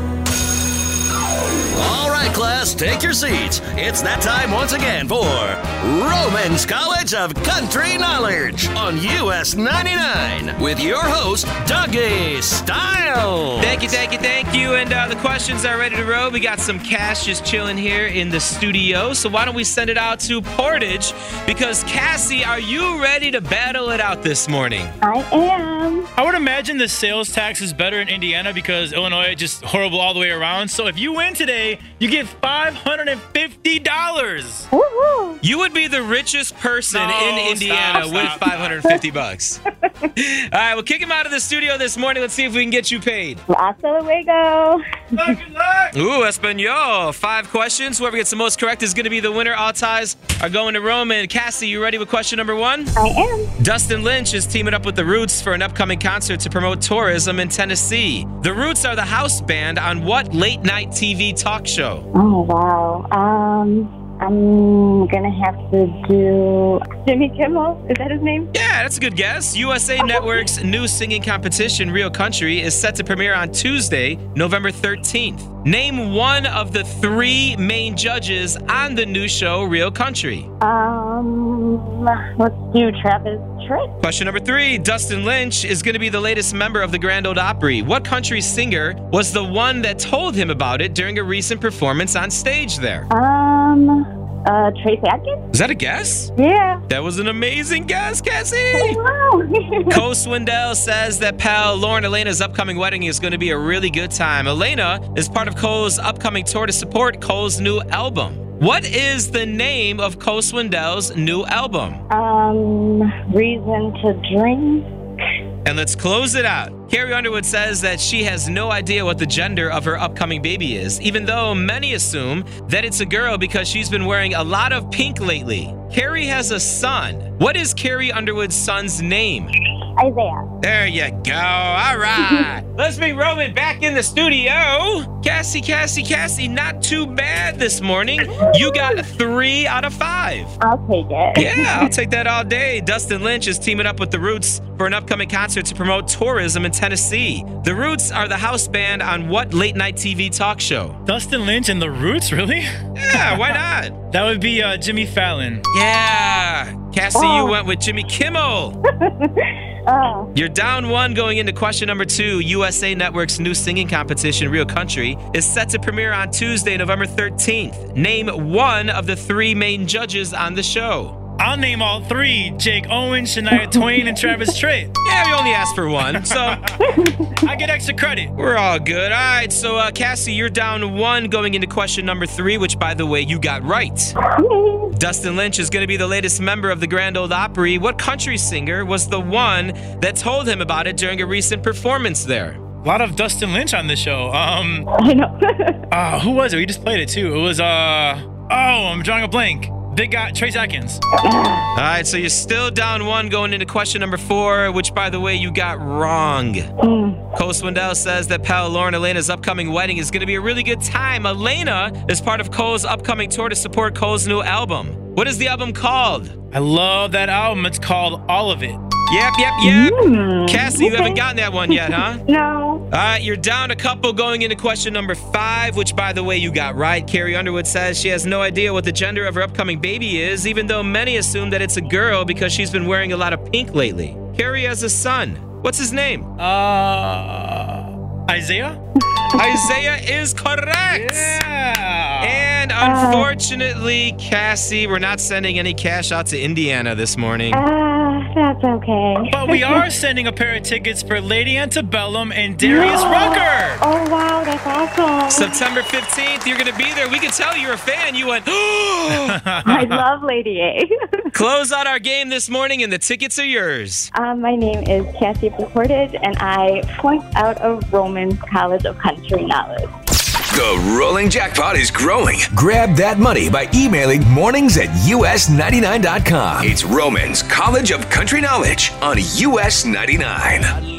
All right, class, take your seats. It's that time once again for Roman's College of Country Knowledge on US 99 with your host, Dougie Style. Thank you, thank you, thank you. And uh, the questions are ready to roll. We got some Cash just chilling here in the studio. So why don't we send it out to Portage? Because Cassie, are you ready to battle it out this morning? I am. I would imagine the sales tax is better in Indiana because Illinois just horrible all the way around. So if you win today, you get five hundred and fifty dollars. Woohoo! You would be the richest person No, in Indiana stop, with stop, 550 bucks. All right, we'll kick him out of the studio this morning. Let's see if we can get you paid. Hasta luego. Ooh, Espanol. Five questions. Whoever gets the most correct is going to be the winner. All ties are going to Rome. And Cassie, you ready with question number one? I am. Dustin Lynch is teaming up with The Roots for an upcoming concert to promote tourism in Tennessee. The Roots are the house band on what late night TV talk show? Oh wow. Um, I'm gonna have to do Jimmy Kimmel. Is that his name? Yeah, that's a good guess. USA Network's new singing competition, Real Country, is set to premiere on Tuesday, November 13th. Name one of the three main judges on the new show, Real Country. Um, let's do Travis Tritt. Question number three Dustin Lynch is going to be the latest member of the Grand Ole Opry. What country singer was the one that told him about it during a recent performance on stage there? Um, uh, Trace Adkins. Is that a guess? Yeah. That was an amazing guess, Cassie. Wow. Co Swindell says that pal Lauren Elena's upcoming wedding is going to be a really good time. Elena is part of Cole's upcoming tour to support Cole's new album. What is the name of Co Swindell's new album? um, reason to dream. And let's close it out. Carrie Underwood says that she has no idea what the gender of her upcoming baby is, even though many assume that it's a girl because she's been wearing a lot of pink lately. Carrie has a son. What is Carrie Underwood's son's name? Isaiah. There you go. All right. Let's bring Roman back in the studio. Cassie, Cassie, Cassie, not too bad this morning. You got a three out of five. I'll take it. Yeah, I'll take that all day. Dustin Lynch is teaming up with The Roots for an upcoming concert to promote tourism in Tennessee. The Roots are the house band on what late night TV talk show? Dustin Lynch and the Roots, really? Yeah, why not? That would be uh, Jimmy Fallon. Yeah. Cassie, you went with Jimmy Kimmel. Oh, You're down one going into question number two. USA Network's new singing competition, Real Country, is set to premiere on Tuesday, November 13th. Name one of the three main judges on the show. I'll name all three: Jake Owen, Shania Twain, and Travis Tritt. Yeah, we only asked for one, so I get extra credit. we're all good. All right, so uh, Cassie, you're down one going into question number three, which, by the way, you got right. yay. Dustin Lynch is going to be the latest member of the Grand Ole Opry. What country singer was the one that told him about it during a recent performance there? A lot of Dustin Lynch on this show. Um, I know. uh, who was it? We just played it too. It was uh, oh, I'm drawing a blank. Big guy, Trace Atkins. All right, so you're still down one going into question number four, which, by the way, you got wrong. Hmm. Cole Swindell says that pal Lauren Elena's upcoming wedding is going to be a really good time. Elena is part of Cole's upcoming tour to support Cole's new album. What is the album called? I love that album. It's called All of It. Yep, yep, yep. Hmm. Cassie, you Okay. haven't gotten that one yet, huh? No. All right, you're down a couple going into question number five, which, by the way, you got right. Carrie Underwood says she has no idea what the gender of her upcoming baby is, even though many assume that it's a girl because she's been wearing a lot of pink lately. Carrie has a son. What's his name? Uh, Isaiah. Isaiah is correct. Yeah. And unfortunately, Cassie, we're not sending any cash out to Indiana this morning. Uh, that's okay. But we are sending a pair of tickets for Lady Antebellum and Darius Rucker. Oh wow, that's awesome! September 15th, you're going to be there. We can tell you're a fan. You went, I love Lady A. close out our game this morning, and the tickets are yours. um, my name is Cassie Portage, and I flunked out of Roman College of Country Knowledge. The rolling jackpot is growing. Grab that money by emailing mornings at us99.com. It's Roman's College of Country Knowledge on US 99.